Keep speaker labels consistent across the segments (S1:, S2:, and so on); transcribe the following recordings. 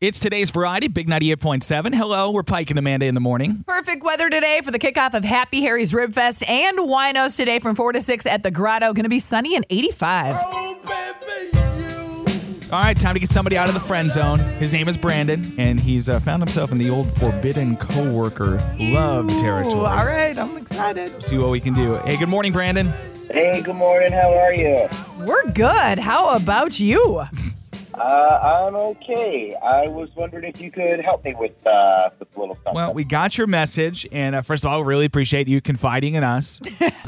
S1: It's today's variety, Big 98.7. Hello, we're Pike and Amanda in the morning.
S2: Perfect weather today for the kickoff of Happy Harry's Rib Fest and Winos today from 4 to 6 at the Grotto. Going to be sunny and 85.
S1: All right, time to get somebody out of the friend zone. His name is Brandon, and he's uh, found himself in the old forbidden coworker love territory.
S2: Ooh, all right, I'm excited.
S1: See what we can do. Hey, good morning, Brandon.
S3: Hey, good morning. How are you?
S2: We're good. How about you?
S3: Uh, I'm okay. I was wondering if you could help me with uh, this little something.
S1: Well, we got your message, and uh, first of all, we really appreciate you confiding in us.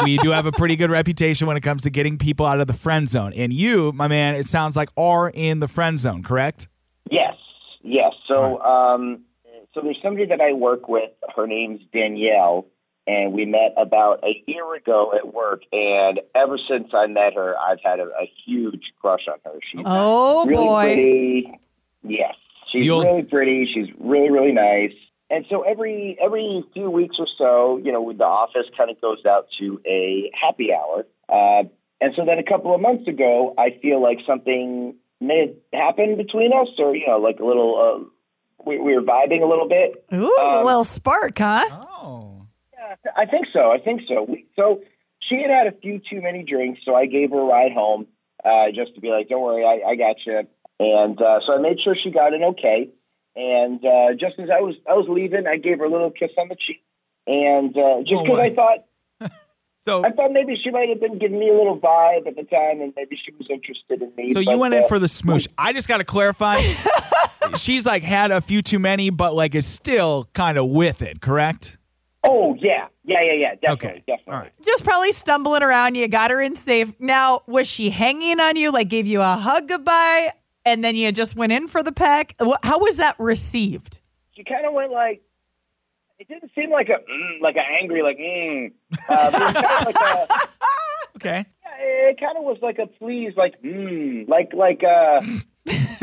S1: we do have a pretty good reputation when it comes to getting people out of the friend zone, and you, my man, it sounds like are in the friend zone, correct?
S3: yes, yes. So, um, so there's somebody that I work with. Her name's Danielle, and we met about a year ago at work. And ever since I met her, I've had a, a huge crush on her. She's
S2: Oh,
S3: really
S2: boy.
S3: pretty. Yes, she's
S1: You'll-
S3: really pretty. She's really really nice. And so every every few weeks or so, you know, the office kind of goes out to a happy hour. Uh, and so then a couple of months ago, I feel like something may have happened between us, or you know, like a little. Uh, we, we were vibing a little bit.
S2: Ooh, a
S3: Um,
S2: little spark, huh?
S1: Oh.
S3: I think so. I think so. We, so she had had a few too many drinks, so I gave her a ride home uh, just to be like, "Don't worry, I, I got you." And uh, so I made sure she got in okay. And uh, just as I was I was leaving, I gave her a little kiss on the cheek, and uh, just
S1: Oh,
S3: because
S1: my.
S3: I thought
S1: So,
S3: I thought maybe she might have been giving me a little vibe at the time, and maybe she was interested in me.
S1: so you
S3: but,
S1: went in
S3: uh,
S1: for the smoosh. I just got to clarify. She's like had a few too many, but like is still kind of with it, correct?
S3: Oh yeah, yeah, yeah, yeah. Definitely,
S1: Okay.
S3: definitely.
S1: All right.
S2: Just probably stumbling around. You got her in safe. Now, was she hanging on you, like gave you a hug goodbye, and then you just went in for the peck? Wh- How was that received?
S3: she kind of went like it didn't seem like a mm, like a angry like mm. Uh, but it was kinda like a,
S1: Okay.
S3: it kind of was like a please like mm, like like uh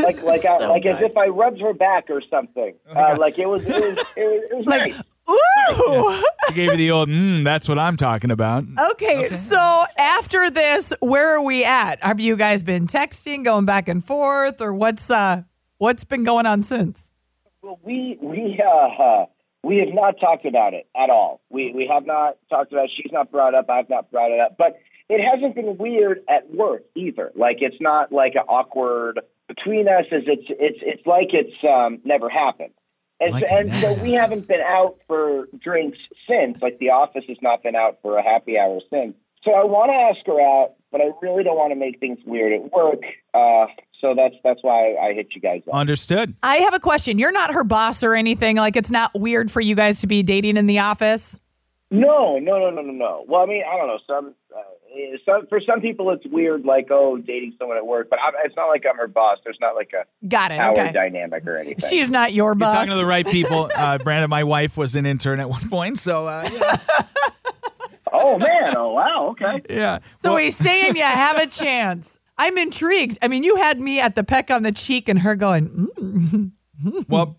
S3: like like uh,
S2: so
S3: like as
S2: good.
S3: if I rubbed her back or something. uh, like it was it was it was, it was
S2: Like,
S3: nice.
S2: ooh.
S1: She gave you the old, mm, that's what I'm talking about.
S2: Okay, so after this, where are we at? Have you guys been texting, going back and forth, or what's uh what's been going on since?
S3: Well, we we uh, uh, we have not talked about it at all. We we have not talked about. It. She's not brought up. I've not brought it up. But it hasn't been weird at work either. Like it's not like an awkward between us. Is it's it's it's like it's um, never happened. And,
S1: Like
S3: so,
S1: it
S3: and so we haven't been out for drinks since. Like the office has not been out for a happy hour since. So I want to ask her out, but I really don't want to make things weird at work. Uh, so that's that's why I hit you guys up.
S1: Understood.
S2: I have a question. You're not her boss or anything. Like it's not weird for you guys to be dating in the office.
S3: No, no, no, no, no, no. Well, I mean, I don't know. Some, uh, eh, some for some people, it's weird, like oh, dating someone at work. But I'm, it's not like I'm her boss. There's not like a
S2: Got it.
S3: power
S2: okay.
S3: dynamic or anything.
S2: She's not your
S1: You're
S2: boss.
S1: talking to the right people. Uh, Brandon, my wife was an intern at one point, so uh, yeah.
S3: oh man, oh wow, okay.
S1: yeah.
S2: so
S1: Well,
S2: he's saying you have a chance. I'm intrigued. I mean, you had me at the peck on the cheek and her going, mm.
S1: Well,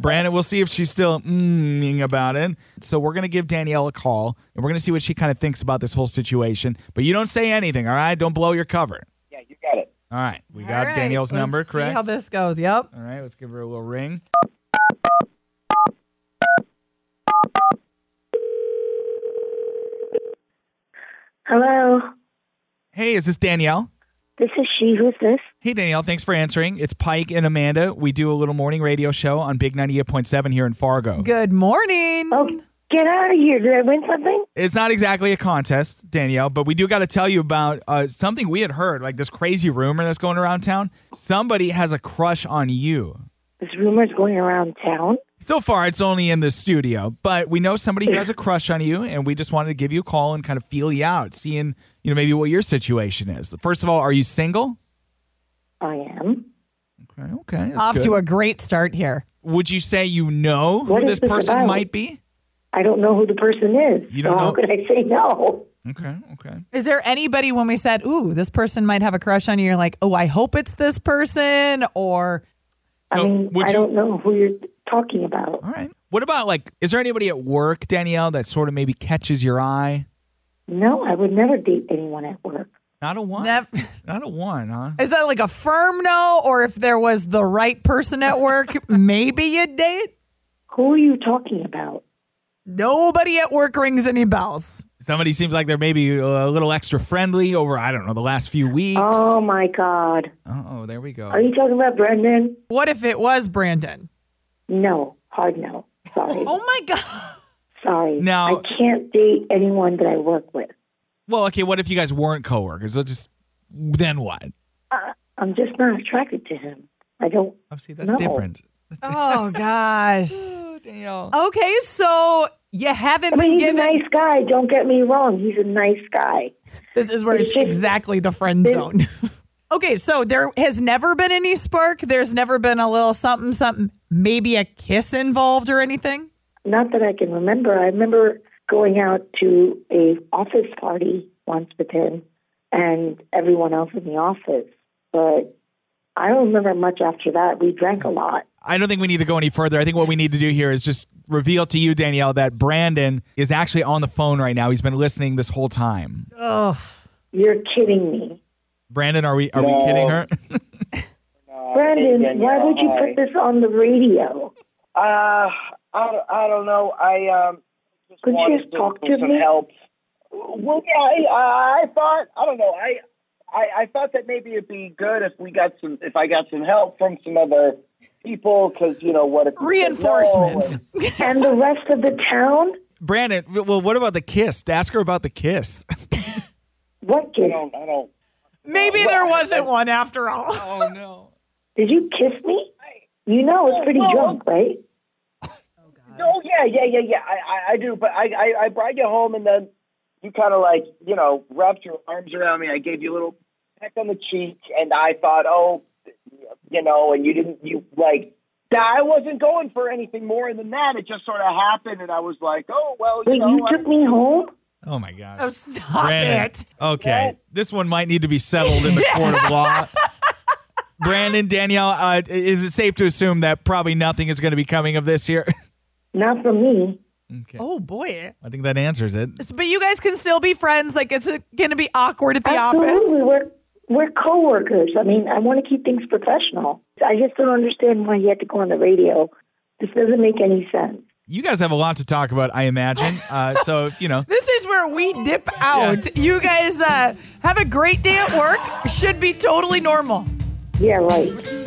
S1: Brandon, we'll see if she's still mmming about it. So we're gonna give Danielle a call, and we're gonna see what she kind of thinks about this whole situation. But you don't say anything, all right? Don't blow your cover.
S3: Yeah, you got it.
S1: All right, we
S2: All
S1: got
S2: right,
S1: Danielle's
S2: let's
S1: number,
S2: see
S1: correct?
S2: how this goes. Yep.
S1: all right, let's give her a little ring.
S4: Hello,
S1: Hey, is this Danielle?
S4: this is she. Who's this?
S1: Hey, Danielle, thanks for answering. It's Pike and Amanda. We do a little morning radio show on Big 98.7 here in Fargo.
S2: Good morning.
S4: Oh, get out of here. Did I win something?
S1: It's not exactly a contest, Danielle, but we do got to tell you about uh, something we had heard, like this crazy rumor that's going around town. Somebody has a crush on you.
S4: There's rumors going around town.
S1: So far, it's only in the studio, but we know somebody who has a crush on you, and we just wanted to give you a call and kind of feel you out, seeing you know maybe what your situation is. First of all, are you single?
S4: I am.
S1: Okay, okay. that's
S2: Off
S1: good.
S2: to a great start here.
S1: Would you say you know who
S4: What is
S1: this
S4: this
S1: person
S4: about?
S1: might be?
S4: I don't know who the person is.
S1: You don't
S4: so
S1: know-
S4: How could I say no?
S1: Okay, okay.
S2: Is there anybody when we said, ooh, this person might have a crush on you, you're like, oh, I hope it's this person? Or
S1: So
S4: I mean,
S1: would
S4: I
S1: you-
S4: don't know who you're talking about.
S1: All right. What about like, is there anybody at work, Danielle, that sort of maybe catches your eye?
S4: No, I would never date anyone at work.
S1: Not a one.
S2: Nev-
S1: Not a one, huh?
S2: Is that like a firm no? Or if there was the right person at work, maybe you'd date?
S4: Who are you talking about?
S2: Nobody at work rings any bells.
S1: Somebody seems like they're maybe a little extra friendly over, I don't know, the last few weeks.
S4: Oh my God.
S1: Oh, there we go.
S4: Are you talking about Brendan?
S2: What if it was Brandon?
S4: No. Hard no. Sorry.
S2: Oh my God.
S4: Sorry.
S1: Now-
S4: I can't date anyone that I work with.
S1: Well, okay, what if you guys weren't coworkers? Let's just then what?
S4: I'm just not attracted to him. I don't.
S1: Oh, see, that's
S4: No.
S1: different.
S2: Oh gosh.
S1: Oh, Danielle.
S2: Okay, so you haven't
S4: I
S2: been
S4: mean, he's a
S2: given.
S4: nice guy. Don't get me wrong. He's a nice guy.
S2: This is where it's
S4: It's just-
S2: exactly the friend zone. okay, so there has never been any spark. There's never been a little something, something, maybe a kiss involved or anything.
S4: Not that I can remember. I remember going out to a office party once with him and everyone else in the office, but I don't remember much after that. We drank a lot.
S1: I don't think we need to go any further. I think what we need to do here is just reveal to you, Danielle, that Brandon is actually on the phone right now. He's been listening this whole time.
S2: Oh,
S4: You're kidding me,
S1: Brandon, are we are
S3: No.
S1: we kidding her?
S3: Uh,
S4: Brandon.
S3: Hey,
S4: why
S3: Danielle,
S4: would you
S3: Oh, hi.
S4: put this on the radio?
S3: Uh, I, don't- I don't know. I um, just
S4: Could you
S3: wanted
S4: just talk
S3: for
S4: to
S3: some
S4: me?
S3: help. Mm-hmm. Well, yeah, I, I thought I don't know. I, I I thought that maybe it'd be good if we got some if I got some help from some other people because you know what if you say no,
S2: reinforcements.
S3: and-
S4: and the rest of the town?
S1: Brandon, well, what about the kiss? Ask her about the kiss.
S4: What
S3: I
S4: kiss?
S3: don't. I don't.
S2: Maybe there wasn't one after all.
S1: Oh no.
S4: Did you kiss me? You know, I was pretty
S3: Well,
S4: drunk, right?
S3: Oh yeah, yeah, yeah, yeah. I, I, I do, but I, I, I brought you home, and then you kind of like, you know, wrapped your arms around me. I gave you a little peck on the cheek, and I thought, oh, you know, and you didn't, you like, I wasn't going for anything more than that. It just sort of happened, and I was like, oh well, you
S4: Wait,
S3: know,
S4: you
S3: I-
S4: took me home?
S1: Oh my god.
S2: Oh, stop
S1: Brandon.
S2: it.
S1: Okay. This one might need to be settled in the court of law. Brandon, Danielle, uh, is it safe to assume that probably nothing is going to be coming of this here?
S4: Not for me.
S1: okay.
S2: Oh boy.
S1: I think that answers it.
S2: So- But you guys can still be friends. Like it's going to be awkward at the
S4: Absolutely,
S2: office.
S4: we're we're coworkers. I mean, I want to keep things professional. I just don't understand why you had to go on the radio. This doesn't make any sense.
S1: You guys have a lot to talk about, I imagine. Uh, so, you know,
S2: This is where we dip out. You guys uh, have a great day at work. Should be totally normal.
S4: Yeah, right.